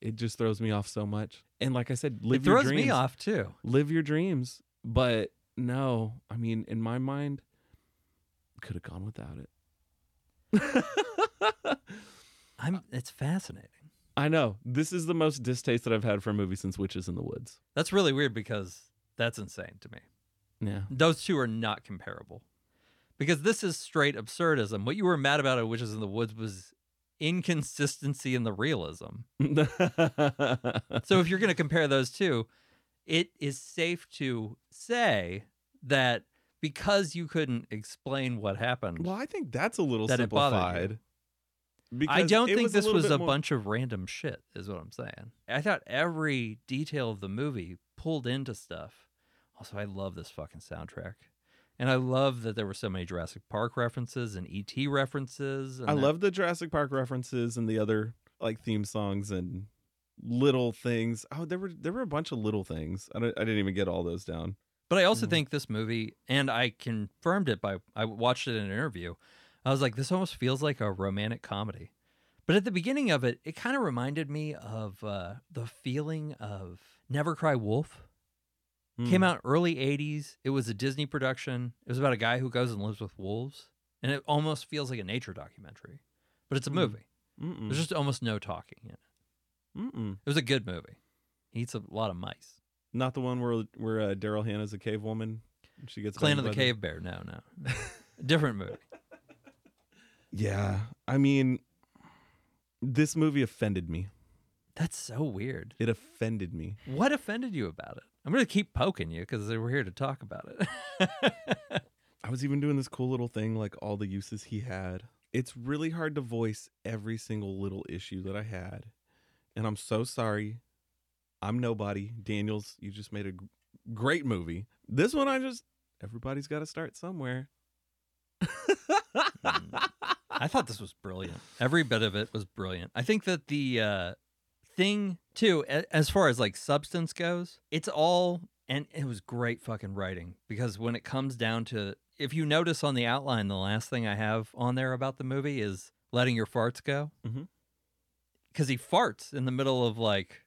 S2: it just throws me off so much and like i said live
S1: It
S2: your
S1: throws
S2: dreams
S1: me off too.
S2: live your dreams but no i mean in my mind could have gone without it
S1: I'm. It's fascinating.
S2: i know this is the most distaste that i've had for a movie since witches in the woods
S1: That's really weird because that's insane to me.
S2: yeah
S1: Those two are not comparable because this is straight absurdism. What you were mad about at Witches in the Woods was inconsistency in the realism. So if you're going to compare those two, it is safe to say that because you couldn't explain what happened,
S2: Well, I think that's a little
S1: That it bothered
S2: simplified.
S1: you. I don't
S2: it
S1: think this
S2: little
S1: was
S2: bit
S1: a
S2: more-
S1: bunch of random shit, is what I'm saying. I thought every detail of the movie pulled into stuff. Also, I love this fucking soundtrack. And I love that there were so many Jurassic Park references and ET references. And
S2: I
S1: that-
S2: love the Jurassic Park references and the other like theme songs and little things. Oh, there were there were a bunch of little things. I, don't, I didn't even get all those down.
S1: But I also
S2: Mhm.
S1: think this movie, and I confirmed it by I watched it in an interview. I was like, this almost feels like a romantic comedy. But at the beginning of it, it kind of reminded me of uh, the feeling of Never Cry Wolf.
S2: Hmm.
S1: Came out early 80s. It was a Disney production. It was about a guy who goes and lives with wolves. And it almost feels like a nature documentary, but it's a
S2: Hmm.
S1: movie.
S2: Mm-mm.
S1: There's just almost no talking in it.
S2: Mm-mm.
S1: It was a good movie. He eats a lot of mice.
S2: Not the one where where uh, Daryl Hannah's a cave woman. and She gets
S1: Clan of
S2: banged
S1: the
S2: by
S1: Cave Bear. No, no. Different movie.
S2: Yeah, I mean, this movie offended me.
S1: That's so weird.
S2: It offended me.
S1: What offended you about it? I'm going to keep poking you because we're here to talk about it.
S2: I was even doing this cool little thing, like all the uses he had. It's really hard to voice every single little issue that I had. And I'm so sorry. I'm nobody. Daniels, you just made a g- great movie. This one, I just, everybody's got to start somewhere.
S1: I thought this was brilliant. Every bit of it was brilliant. I think that the uh, thing too, a- as far as like substance goes, it's all and it was great fucking writing because when it comes down to, if you notice on the outline, the last thing I have on there about the movie is letting your farts go
S2: Mhm.
S1: because he farts in the middle of like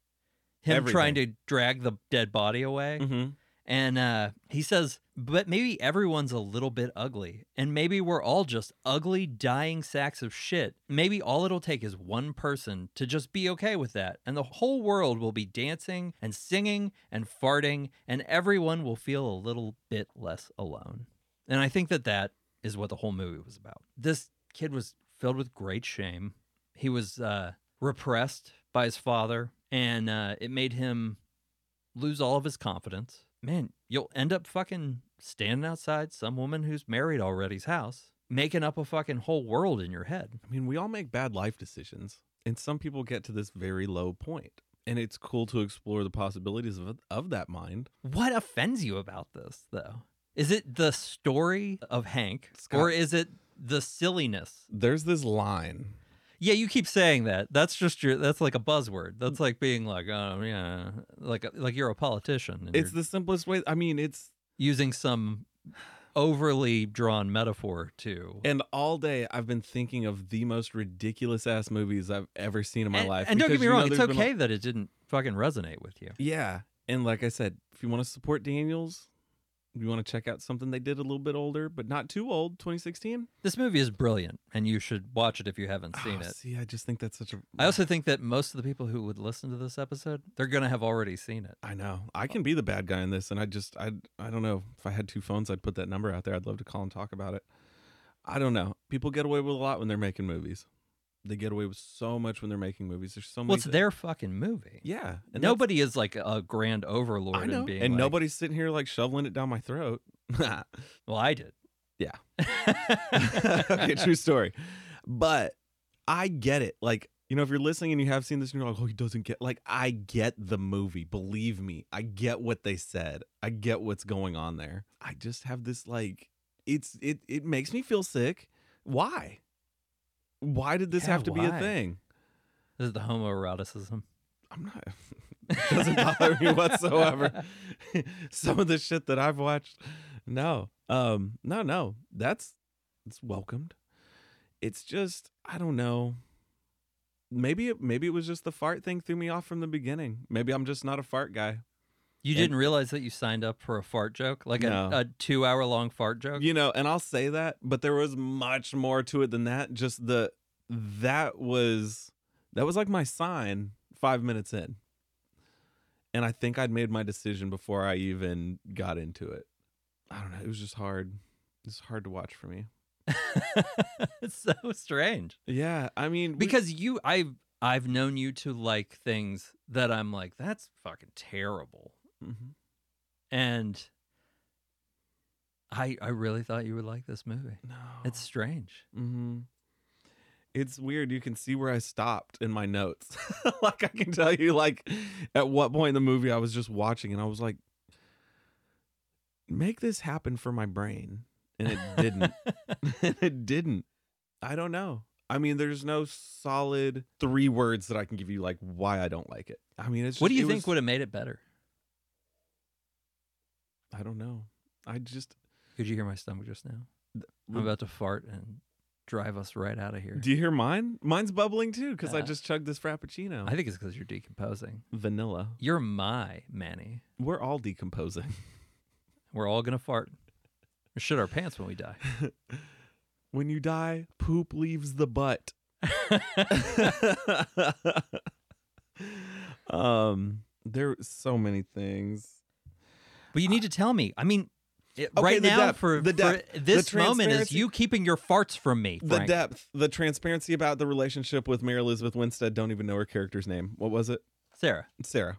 S1: him trying to drag the dead body away.
S2: Mhm.
S1: And uh, he says, but maybe everyone's a little bit ugly. And maybe we're all just ugly, dying sacks of shit. Maybe all it'll take is one person to just be okay with that. And the whole world will be dancing and singing and farting. And everyone will feel a little bit less alone. And I think that that is what the whole movie was about. This kid was filled with great shame. He was uh, repressed by his father, and uh, it made him lose all of his confidence. Man, you'll end up fucking standing outside some woman who's married already's house, making up a fucking whole world in your head.
S2: I mean, we all make bad life decisions. And some people get to this very low point. And it's cool to explore the possibilities of, of that mind.
S1: What offends you about this, though? Is it the story of Hank,
S2: Scott.
S1: or is it the silliness
S2: There's this line
S1: Yeah, you keep saying that. That's just your. That's like a buzzword. That's like being like, oh yeah, like like you're a politician. And
S2: It's
S1: you're
S2: the simplest way. I mean, it's
S1: using some overly drawn metaphor to.
S2: and all day I've been thinking of the most ridiculous ass movies I've ever seen in my
S1: And-
S2: life.
S1: And don't get
S2: because
S1: me
S2: you know
S1: wrong, it's
S2: there's been a-
S1: okay that it didn't fucking resonate with you.
S2: yeah, and like I said, if you want to support Daniels, if you want to check out something they did a little bit older, but not too old, 2016.
S1: This movie is brilliant, and you should watch it if you haven't seen
S2: Ah,
S1: it.
S2: See, I just think that's such a.
S1: I also think that most of the people who would listen to this episode, they're gonna have already seen it.
S2: I know I can be the bad guy in this, and I just I I don't know if I had two phones, I'd put that number out there. I'd love to call and talk about it. I don't know. People get away with a lot when they're making movies. They get away with so much when they're making movies. There's so many.
S1: Well, it's
S2: thi-
S1: their fucking movie.
S2: Yeah, and that's-
S1: Nobody is like a grand overlord
S2: I know.
S1: and being
S2: and
S1: like,
S2: nobody's sitting here like shoveling it down my throat.
S1: Well, I did.
S2: Yeah.
S1: Yeah.
S2: okay, true story. But I get it. Like You know, if you're listening and you have seen this and you're like, oh, he doesn't get like I get the movie. Believe me. I get what they said. I get what's going on there. I just have this like it's it it makes me feel sick. Why? Why did this
S1: Yeah,
S2: have to be a
S1: why?
S2: thing?
S1: This is the homoeroticism.
S2: I'm not. it doesn't bother me whatsoever. Some of the shit that I've watched, no, um, no, no. That's it's welcomed. It's just I don't know. Maybe it, maybe it was just the fart thing threw me off from the beginning. Maybe I'm just not a fart guy.
S1: You
S2: And-
S1: didn't realize that you signed up for a fart joke, like
S2: No.
S1: a, a two-hour-long fart joke.
S2: You know, and I'll say that, but there was much more to it than that. Just the that was that was like my sign five minutes in. And I think I'd made my decision before I even got into it. I don't know. It was just hard. It's hard to watch for me.
S1: it's so strange.
S2: Yeah. I mean, we-
S1: because you i've i've known you to like things that i'm like that's fucking terrible
S2: Mhm.
S1: and i i really thought you would like this movie
S2: no.
S1: it's strange
S2: Mm-hmm. It's weird. You can see where I stopped in my notes. like I can tell you, like at what point in the movie I was just watching, and I was like, "Make this happen for my brain," and it didn't. and it didn't. I don't know. I mean, there's no solid three words that I can give you like why I don't like it. I mean, it's just,
S1: what do you
S2: it
S1: think
S2: was-
S1: would have made it better
S2: I don't know. I just
S1: could you hear my stomach just now i'm about to fart and drive us right out of here
S2: do you hear mine? Mine's bubbling too because I
S1: Uh,
S2: just chugged this frappuccino.
S1: i think it's because you're decomposing
S2: Vanilla.
S1: you're my manny
S2: We're all decomposing.
S1: we're all gonna fart or shit our pants when we die
S2: when you die, poop leaves the butt. um, there are so many things.
S1: But you need to tell me. I mean, it,
S2: Okay,
S1: right
S2: the
S1: now
S2: depth,
S1: for,
S2: the
S1: for
S2: depth, the
S1: this moment is
S2: transparency-
S1: you keeping your farts from me.
S2: The
S1: Frank.
S2: depth, the transparency about the relationship with Mary Elizabeth Winstead. Don't even know her character's name. What was it?
S1: Sarah.
S2: Sarah.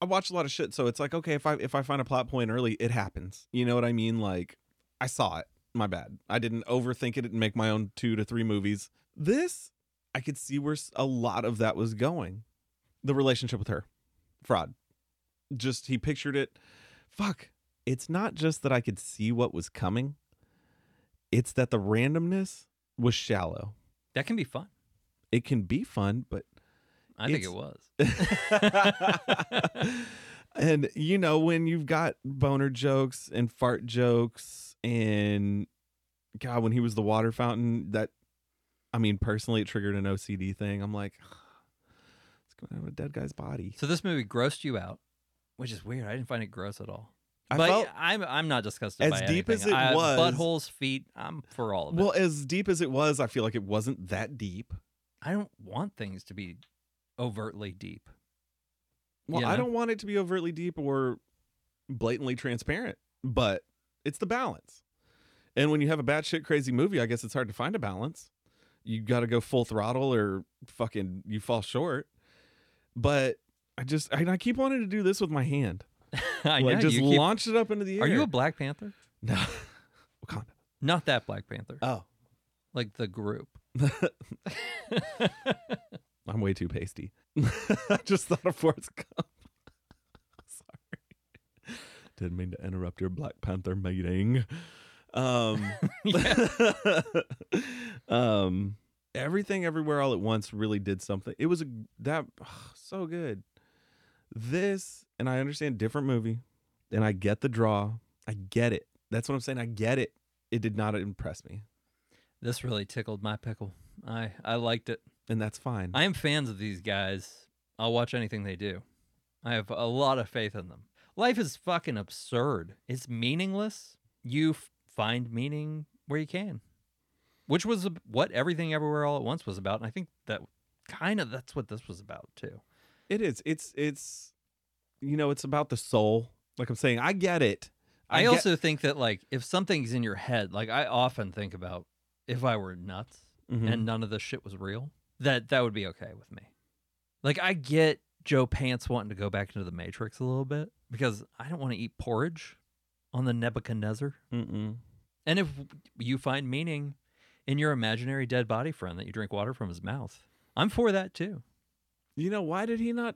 S2: I watch a lot of shit, so it's like okay, if I if I find a plot point early, it happens. You know what I mean? Like I saw it. My bad. I didn't overthink it and make my own two to three movies. This I could see where s- a lot of that was going. The relationship with her, fraud. Just he pictured it. Fuck. It's not just that I could see what was coming. It's that the randomness was shallow.
S1: That can be fun.
S2: It can be fun, but
S1: I think
S2: It's-
S1: it was.
S2: and you know when you've got boner jokes and fart jokes and god when he was the water fountain that i mean personally it triggered an ocd thing i'm like it's coming out of a dead guy's body
S1: So this movie grossed you out, which is weird. I didn't find it gross at all.
S2: I
S1: but
S2: felt-
S1: I'm I'm not disgusted
S2: As
S1: by
S2: deep as
S1: anything.
S2: it
S1: I-
S2: was-
S1: Buttholes, feet. I'm for all of it.
S2: well as deep as it was i feel like it wasn't that deep
S1: I don't want things to be overtly deep.
S2: well i
S1: Yeah.
S2: don't want it to be overtly deep or blatantly transparent but it's the balance and when you have a batshit crazy movie i guess it's hard to find a balance you got to go full throttle or fucking you fall short but i just I, I keep wanting to do this with my hand
S1: I
S2: like
S1: know,
S2: just
S1: Uh, you keep-
S2: launch it up into the air
S1: Are you a Black Panther?
S2: no Wakanda.
S1: Not that Black Panther.
S2: oh
S1: like the group.
S2: i'm way too pasty i just thought of Forrest Gump. sorry didn't mean to interrupt your black panther meeting um um everything everywhere all at once really did something it was a that so good this and i understand different movie and i get the draw i get it that's what i'm saying i get it it did not impress me
S1: This really tickled my pickle. I I liked it.
S2: and that's fine
S1: I am fans of these guys. I'll watch anything they do. I have a lot of faith in them. Life is fucking absurd. It's meaningless. You f- find meaning where you can, which was ab- what everything everywhere all at once was about. And I think that kind of that's what this was about too.
S2: it is it's it's you know it's about the soul like i'm saying i get it
S1: I,
S2: get-
S1: also think that like if something's in your head, like I often think about if I were nuts
S2: Mhm.
S1: and none of this shit was real, that that would be okay with me. Like I get Joe Pants wanting to go back into the Matrix a little bit because I don't want to eat porridge on the Nebuchadnezzar.
S2: Mm-mm.
S1: And if you find meaning in your imaginary dead body friend that you drink water from his mouth, I'm for that too.
S2: You know, why did he not?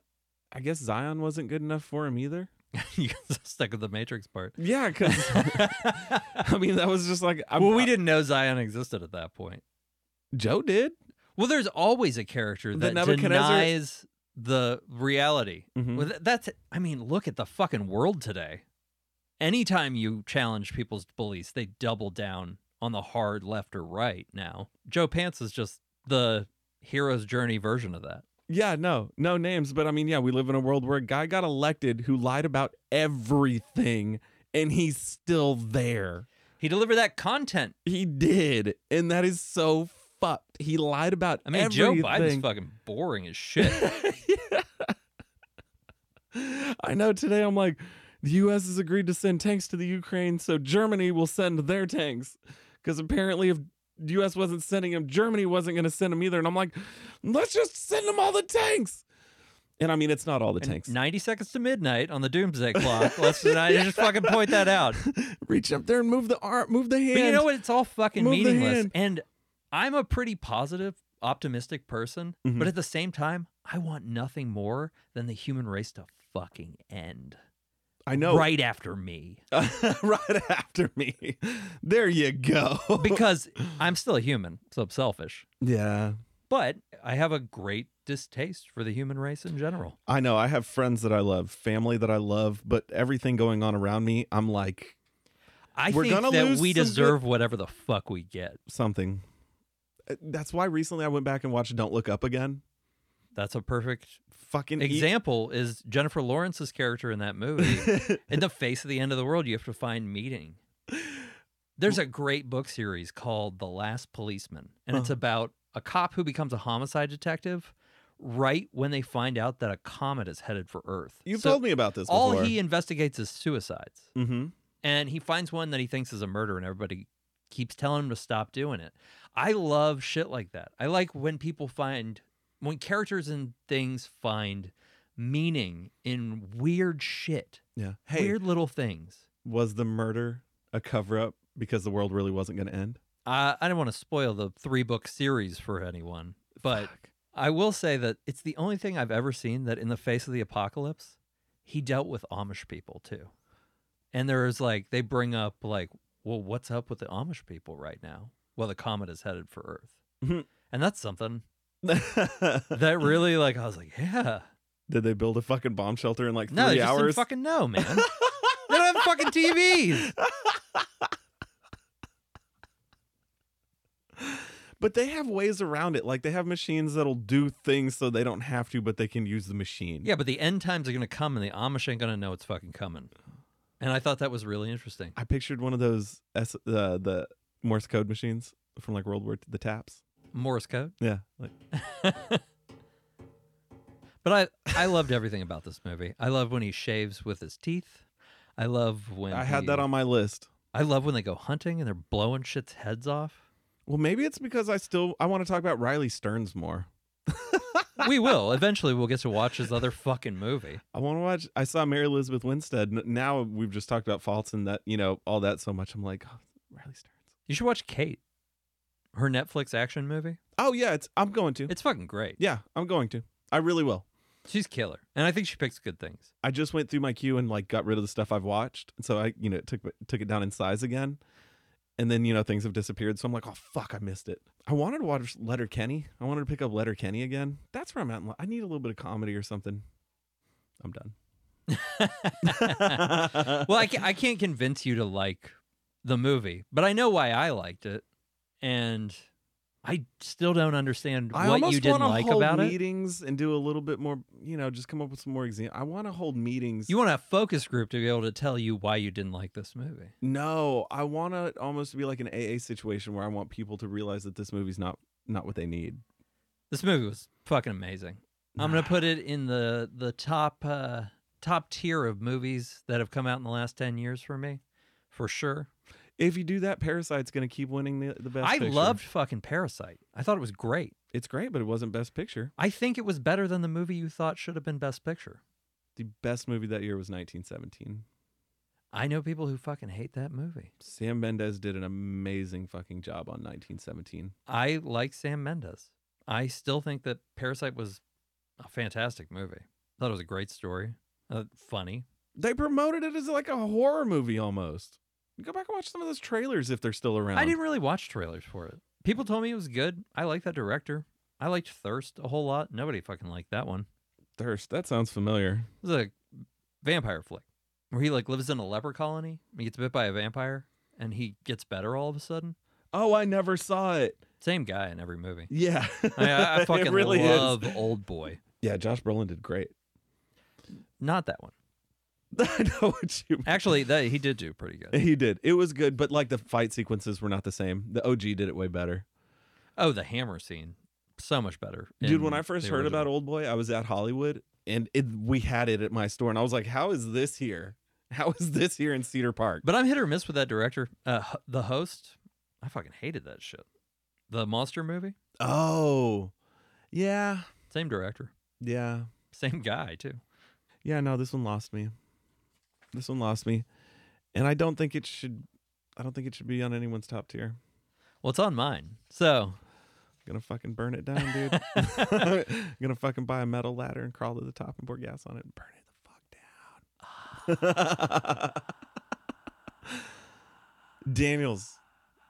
S2: I guess Zion wasn't good enough for him either.
S1: you guys are stuck with the Matrix part.
S2: Yeah, because I mean, that was just like, I'm,
S1: well, we didn't know Zion existed at that point.
S2: Joe did.
S1: Well, there's always a character
S2: The
S1: that
S2: Nebuchadnezzar-
S1: denies the reality.
S2: Mhm.
S1: Well, th- that's, I mean, look at the fucking world today. Anytime you challenge people's beliefs, they double down on the hard left or right now. Joe Pants is just the hero's journey version of that.
S2: Yeah, no, no names, but I mean, yeah, we live in a world where a guy got elected who lied about everything, and he's still there.
S1: He delivered that content.
S2: He did, and that is so fucked. He lied about.
S1: I mean, Joe Biden's
S2: everything.
S1: fucking boring as shit.
S2: I know. Today, I'm like, the U.S. has agreed to send tanks to the Ukraine, so Germany will send their tanks, because apparently, if the U.S. wasn't sending them, Germany wasn't going to send them either. And I'm like, let's just send them all the tanks. And I mean, it's not all the
S1: And
S2: tanks.
S1: 90 seconds to midnight on the doomsday clock. Let's not- just fucking point that out.
S2: Reach up there and move the arm, move the hand.
S1: But you know what? It's all fucking
S2: Move the
S1: meaningless.
S2: hand.
S1: And I'm a pretty positive, optimistic person,
S2: Mhm.
S1: but at the same time, I want nothing more than the human race to fucking end
S2: I know.
S1: right after me
S2: right after me. There you go.
S1: because I'm still a human, so I'm selfish.
S2: yeah,
S1: But I have a great distaste for the human race in general.
S2: I know. I have friends that I love, family that I love, but everything going on around me, I'm like
S1: I
S2: We're
S1: think
S2: gonna
S1: that
S2: lose
S1: we
S2: some good-
S1: deserve whatever the fuck we get.
S2: something. Uh, That's why recently I went back and watched Don't Look Up again.
S1: That's a perfect
S2: Fucking e-
S1: example is Jennifer Lawrence's character in that movie. in the face of the end of the world, you have to find meaning. There's
S2: Mm.
S1: a great book series called The Last Policeman, and it's
S2: Uh-huh.
S1: about a cop who becomes a homicide detective right when they find out that a comet is headed for Earth.
S2: You've
S1: So
S2: told me about this.
S1: all
S2: before.
S1: he investigates is suicides,
S2: Mm-hmm.
S1: and he finds one that he thinks is a murder, and everybody keeps telling him to stop doing it. I love shit like that. I like when people find when characters and things find meaning in weird shit
S2: Yeah. Hey,
S1: weird little things.
S2: was the murder a cover up because the world really wasn't going to end?
S1: Uh, I I don't want to spoil the three book series for anyone, but
S2: Fuck.
S1: I will say that it's the only thing I've ever seen that, in the face of the apocalypse, he dealt with Amish people too. And there's like they bring up like, well, what's up with the Amish people right now? Well, the comet is headed for Earth,
S2: Mhm.
S1: and that's something that really like I was like, yeah,
S2: Did they build a fucking bomb shelter in like
S1: no, they
S2: three
S1: just didn't
S2: hours?
S1: fucking know, man. they don't have fucking TVs.
S2: But they have ways around it. Like they have machines that'll do things so they don't have to, but they can use the machine.
S1: Yeah, but the end times are gonna come, and the Amish ain't gonna know it's fucking coming. And I thought that was really interesting.
S2: I pictured one of those S, uh, the Morse code machines from like World War II, the taps.
S1: Morse code.
S2: Yeah. Like
S1: But I I loved everything about this movie. I love when he shaves with his teeth. I love when
S2: I had
S1: he-
S2: that on my list.
S1: I love when they go hunting and they're blowing shit's heads off.
S2: Well, maybe it's because I still I want to talk about Riley Stearns more.
S1: we will eventually. We'll get to watch his other fucking movie.
S2: I want to watch. I saw Mary Elizabeth Winstead. N- Now we've just talked about faults and that you know all that so much. I'm like oh, Riley Stearns.
S1: You should watch Kate, her Netflix action movie.
S2: Oh yeah, it's I'm going to.
S1: It's fucking great.
S2: yeah, I'm going to. I really will.
S1: She's killer, and I think she picks good things.
S2: I just went through my queue and like got rid of the stuff I've watched. And so I, you know, it took took it down in size again. And then, you know, things have disappeared. So I'm like, oh fuck, I missed it. I wanted to watch Letter Kenny. I wanted to pick up Letter Kenny again. That's where I'm at. in li- I need a little bit of comedy or something. I'm done.
S1: well, I can't, I can't convince you to like the movie, but I know why I liked it, and I still don't understand
S2: I
S1: what you
S2: almost
S1: didn't
S2: want to
S1: like
S2: hold
S1: about it.
S2: meetings and do a little bit more, you know, just come up with some more examples. I want to hold meetings.
S1: You want a focus group to be able to tell you why you didn't like this movie.
S2: no, I want to almost be like an AA situation where I want people to realize that this movie's not not what they need.
S1: This movie was fucking amazing. I'm gonna put it in the the top uh, top tier of movies that have come out in the last ten years for me, for sure.
S2: If you do that, Parasite's going to keep winning the, the best.
S1: I
S2: picture.
S1: loved fucking Parasite. I thought it was great.
S2: It's great, but it wasn't best picture.
S1: I think it was better than the movie you thought should have been Best Picture.
S2: The best movie that year was 1917.
S1: I know people who fucking hate that movie.
S2: Sam Mendes did an amazing fucking job on 1917.
S1: I like Sam Mendes. I still think that Parasite was a fantastic movie. I thought it was a great story, uh, funny.
S2: They promoted it as like a horror movie almost. Go back and watch some of those trailers if they're still around.
S1: I didn't really watch trailers for it. People told me it was good. I like that director. I liked Thirst a whole lot. Nobody fucking liked that one.
S2: Thirst. That sounds familiar.
S1: It was a vampire flick where he like lives in a leper colony. and He gets bit by a vampire and he gets better all of a sudden.
S2: Oh, I never saw it.
S1: Same guy in every movie.
S2: Yeah.
S1: I, I- I
S2: It
S1: fucking
S2: really is.
S1: love Old Boy.
S2: Yeah, Josh Brolin did great.
S1: Not that one.
S2: I know what you mean.
S1: Actually, that he did do pretty good.
S2: He did. It was good, but like the fight sequences were not the same. The OG did it way better.
S1: Oh, the hammer scene, so much better.
S2: Dude, when
S1: in
S2: I first
S1: the
S2: heard about
S1: original.
S2: Old Boy, I was at Hollywood and it, we had it at my store and I was like, "How is this here? How is this here in Cedar Park?"
S1: but I'm hit or miss with that director. Uh, H- the host, I fucking hated that shit. The monster movie,
S2: Oh. Yeah.
S1: same director,
S2: Yeah.
S1: same guy too.
S2: Yeah, no, this one lost me. This one lost me. And I don't think it should I don't think it should be on anyone's top tier.
S1: Well, it's on mine. So
S2: gonna fucking burn it down, dude. I'm gonna fucking buy a metal ladder and crawl to the top and pour gas on it and burn it the fuck down. Daniels.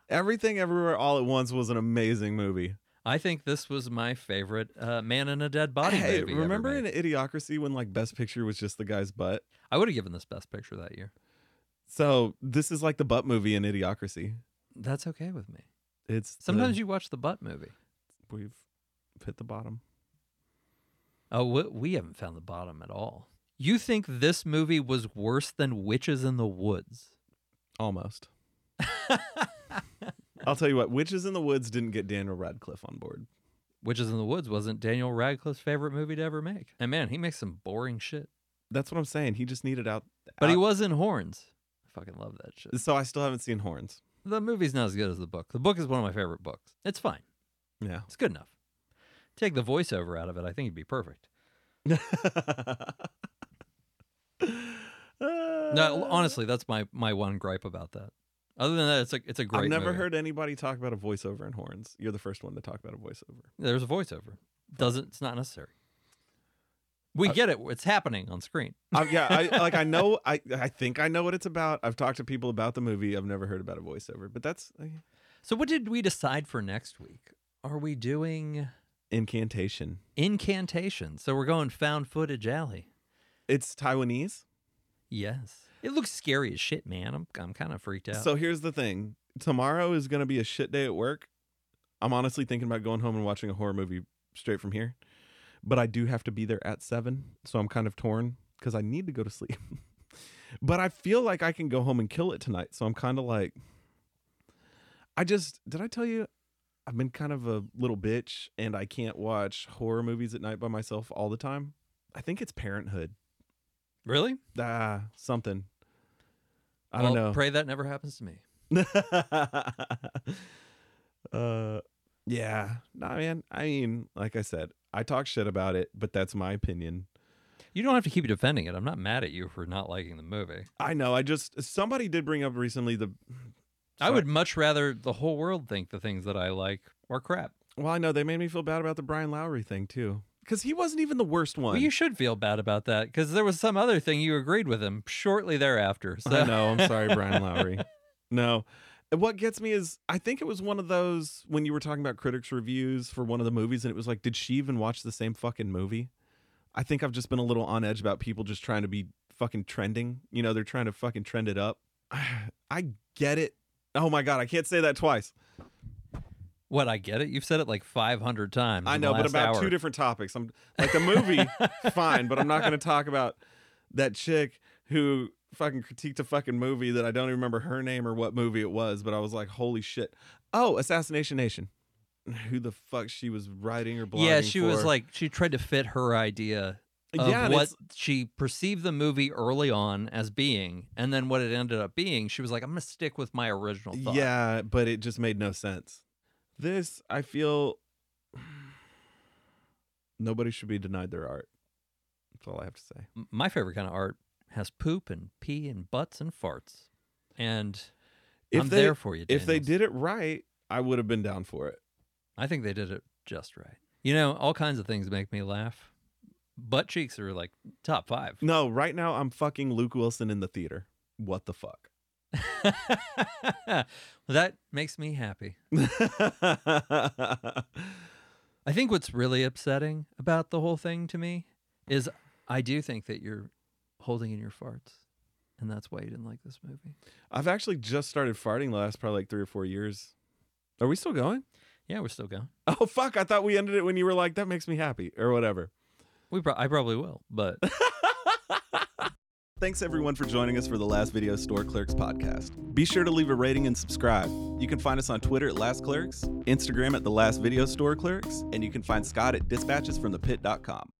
S2: Everything Everywhere All at Once was an amazing movie.
S1: I think this was my favorite uh, Man in a Dead Body
S2: hey,
S1: movie. ever
S2: remember
S1: made.
S2: in Idiocracy when like Best Picture was just the guy's butt?
S1: I would have given this Best Picture that year.
S2: So this is like the butt movie in Idiocracy.
S1: That's okay with me.
S2: It's
S1: Sometimes you watch the butt movie.
S2: you- we've hit the bottom.
S1: Oh, we, we haven't found the bottom at all. You think this movie was worse than Witches in the Woods?
S2: Almost. I'll tell you what, Witches in the Woods didn't get Daniel Radcliffe on board.
S1: Witches in the Woods wasn't Daniel Radcliffe's favorite movie to ever make. And man, he makes some boring shit.
S2: That's what I'm saying. He just needed out.
S1: But he
S2: out-
S1: was in Horns. I fucking love that shit.
S2: So I still haven't seen Horns.
S1: The movie's not as good as the book. The book is one of my favorite books. It's fine.
S2: Yeah.
S1: It's good enough. Take the voiceover out of it. I think it'd be perfect.
S2: Uh,
S1: No, honestly, that's my my one gripe about that. Other than that, it's a it's a great.
S2: I've never
S1: movie.
S2: heard anybody talk about a voiceover in Horns. You're the first one to talk about a voiceover.
S1: There's a voiceover. Doesn't it's not necessary. We get it. It's happening on screen.
S2: Um, yeah, I, like I know. I I think I know what it's about. I've talked to people about the movie. I've never heard about a voiceover, but that's uh,
S1: So what did we decide for next week? Are we doing
S2: incantation.
S1: incantation? So we're going found footage alley.
S2: It's Taiwanese.
S1: Yes. It looks scary as shit, man. I'm I'm kind of freaked out.
S2: So here's the thing. Tomorrow is going to be a shit day at work. I'm honestly thinking about going home and watching a horror movie straight from here. But I do have to be there at 7, so I'm kind of torn cuz I need to go to sleep. but I feel like I can go home and kill it tonight, so I'm kind of like I just did I tell you I've been kind of a little bitch and I can't watch horror movies at night by myself all the time. I think it's parenthood.
S1: really?
S2: Ah, something. I don't
S1: Well,
S2: know.
S1: Pray that never happens to me.
S2: uh, yeah, nah, man. I mean, like I said, I talk shit about it, but that's my opinion.
S1: You don't have to keep defending it. I'm not mad at you for not liking the movie.
S2: I know. I just somebody did bring up recently the.
S1: I would much rather the whole world think the things that I like are crap.
S2: Well, I know they made me feel bad about the Brian Lowry thing too, because he wasn't even the worst one.
S1: Well, you should feel bad about that because there was some other thing you agreed with him shortly thereafter. So
S2: I know. I'm sorry, Brian Lowry. No. What gets me is I think it was one of those when you were talking about critics' reviews for one of the movies, and it was like, did she even watch the same fucking movie? I think I've just been a little on edge about people just trying to be fucking trending. You know, they're trying to fucking trend it up. I get it. Oh my God, I can't say that twice.
S1: What I get it. You've said it like 500 times.
S2: I
S1: in the
S2: know, but
S1: last
S2: about
S1: hour.
S2: two different topics. I'm like the movie, fine, but I'm not going to talk about that chick who fucking critiqued a fucking movie that I don't even remember her name or what movie it was, but I was like, holy shit! Oh, Assassination Nation. Who the fuck she was writing or blogging?
S1: Yeah, she was
S2: for.
S1: like she tried to fit her idea of
S2: yeah, and
S1: what
S2: it's-
S1: she perceived the movie early on as being, and then what it ended up being. She was like, "I'm gonna stick with my original thought."
S2: yeah, but it just made no sense. This I feel nobody should be denied their art. That's all I have to say.
S1: M- my favorite kind of art has poop and pee and butts and farts, and I'm there for you.
S2: if they
S1: Daniels.
S2: did it right, I would have been down for it.
S1: I think they did it just right. You know, all kinds of things make me laugh. Butt cheeks are like top five.
S2: No, right now I'm fucking Luke Wilson in the theater. What the fuck?
S1: well, that makes me happy. I think what's really upsetting about the whole thing to me is I do think that you're holding in your farts, and that's why you didn't like this movie.
S2: I've actually just started farting the last probably like three or four years. Are we still going?
S1: Yeah, we're still going.
S2: Oh fuck! I thought we ended it when you were like, "That makes me happy" or whatever.
S1: We pro- I probably will, but
S2: Thanks everyone for joining us for the Last Video Store Clerks podcast. Be sure to leave a rating and subscribe. You can find us on Twitter at Last Clerks, Instagram at the Last Video Store Clerks, and you can find Scott at dispatchesfromthepit.com.